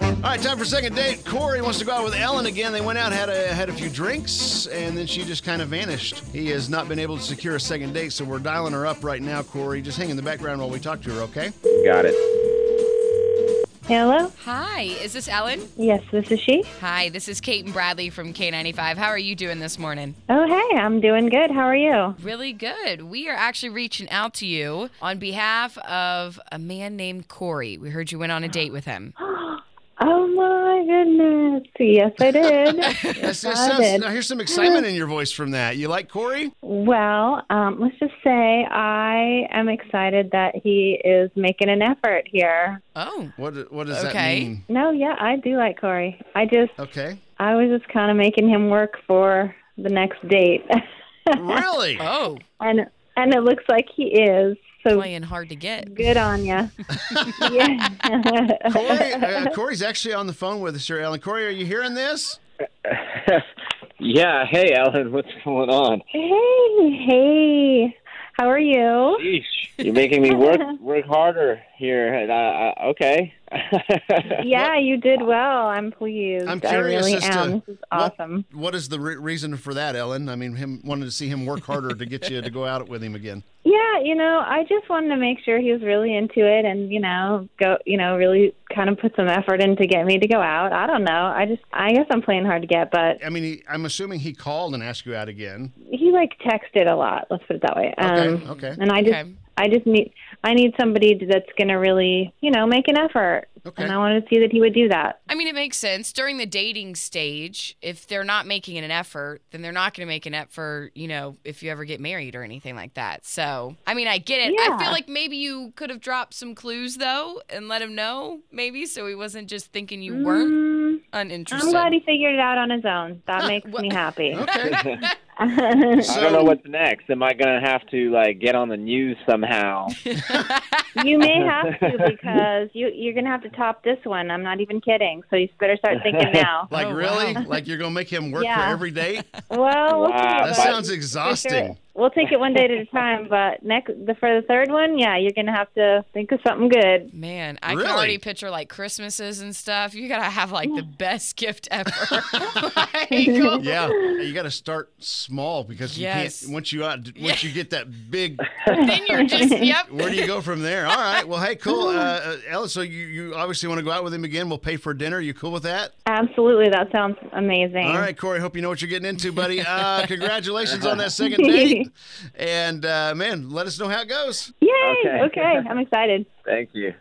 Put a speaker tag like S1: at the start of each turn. S1: All right, time for second date. Corey wants to go out with Ellen again. They went out, had a had a few drinks, and then she just kind of vanished. He has not been able to secure a second date, so we're dialing her up right now, Corey. Just hang in the background while we talk to her, okay?
S2: Got it.
S3: Hello?
S4: Hi, is this Ellen?
S3: Yes, this is she.
S4: Hi, this is Kate and Bradley from K95. How are you doing this morning?
S3: Oh, hey, I'm doing good. How are you?
S4: Really good. We are actually reaching out to you on behalf of a man named Corey. We heard you went on a date with him.
S3: Oh, my goodness. Yes, I did. yes,
S1: That
S3: I
S1: sounds-
S3: did.
S1: now here's some excitement in your voice from that. You like Corey?
S3: Well, um, let's just say I am excited that he is making an effort here.
S4: Oh,
S1: What what does that
S4: Okay.
S1: mean?
S3: No, yeah, I do like Corey. I just,
S1: Okay.
S3: I was just kind of making him work for the next date.
S1: Really?
S4: oh,
S3: and, and it looks like he is. So
S4: playing hard to get.
S3: good on you. yeah.
S1: Corey, uh, Corey's actually on the phone with us here, Ellen. Corey, are you hearing this?
S2: yeah. Hey, Alan. What's going on?
S3: hey, hey. How are you?
S2: Yeesh. You're making me work work harder here. And I, I, okay.
S3: Yeah, you did well. I'm pleased.
S1: I'm
S3: I
S1: curious
S3: really
S1: as to
S3: am. This is
S1: what-
S3: awesome.
S1: What is the re- reason for that, Ellen? I mean, him wanted to see him work harder to get you to go out with him again.
S3: Yeah, you know, I just wanted to make sure he was really into it and, you know, go, you know, really kind of put some effort in to get me to go out. I don't know. I just, I guess I'm playing hard to get, but
S1: I mean, he, I'm assuming he called and asked you out again.
S3: he like texted a lot. Let's put it that way.
S1: Okay,
S3: Um,
S1: okay,
S3: And I just,
S4: Okay.
S3: I just need, I need somebody that's going to really, you know, make an effort.
S1: Okay.
S3: And I wanted to see that he would do that.
S4: I mean, it makes sense. During the dating stage, if they're not making an effort, then they're not going to make an effort, you know, if you ever get married or anything like that. So, I mean, I get it. I
S3: Yeah.
S4: feel like maybe you could have dropped some clues, though, and let him know, maybe, so he wasn't just thinking you weren't
S3: Mm,
S4: uninterested.
S3: I'm glad he figured it out on his own. That makes
S4: What-
S3: me happy.
S1: okay.
S2: I don't know what's next. Am I gonna have to like get on the news somehow?
S3: e- You may have to because you you're gonna have to top this one. I'm not even kidding. So you better start thinking now.
S1: Like
S4: Oh,
S1: really?
S4: wow.
S1: Like you're gonna make him work
S3: Yeah.
S1: for every date?
S3: Well, we'll
S2: Wow.
S3: take
S1: That
S3: it
S2: But-
S1: sounds
S3: for sure.
S1: exhausting.
S3: We'll take it one day at a time. But next, the, for the third one, yeah, you're gonna have to think of something good.
S4: Man, I
S1: Really?
S4: can already picture like Christmases and stuff. You gotta have like the best gift ever. Like, oh,
S1: Yeah, you got to start small because you
S4: Yes.
S1: can't. Once you out, once you get that big,
S4: Then you're just yep.
S1: where do you go from there? All right. Well, hey, cool, uh, uh, Ellen. So you you obviously want to go out with him again? We'll pay for dinner. You cool with that?
S3: Absolutely, that sounds amazing.
S1: All right, Corey. Hope you know what you're getting into, buddy. Uh, congratulations on that second date, and uh, man, let us know how it goes.
S3: Yay!
S2: Okay.
S3: okay, I'm excited.
S2: Thank you.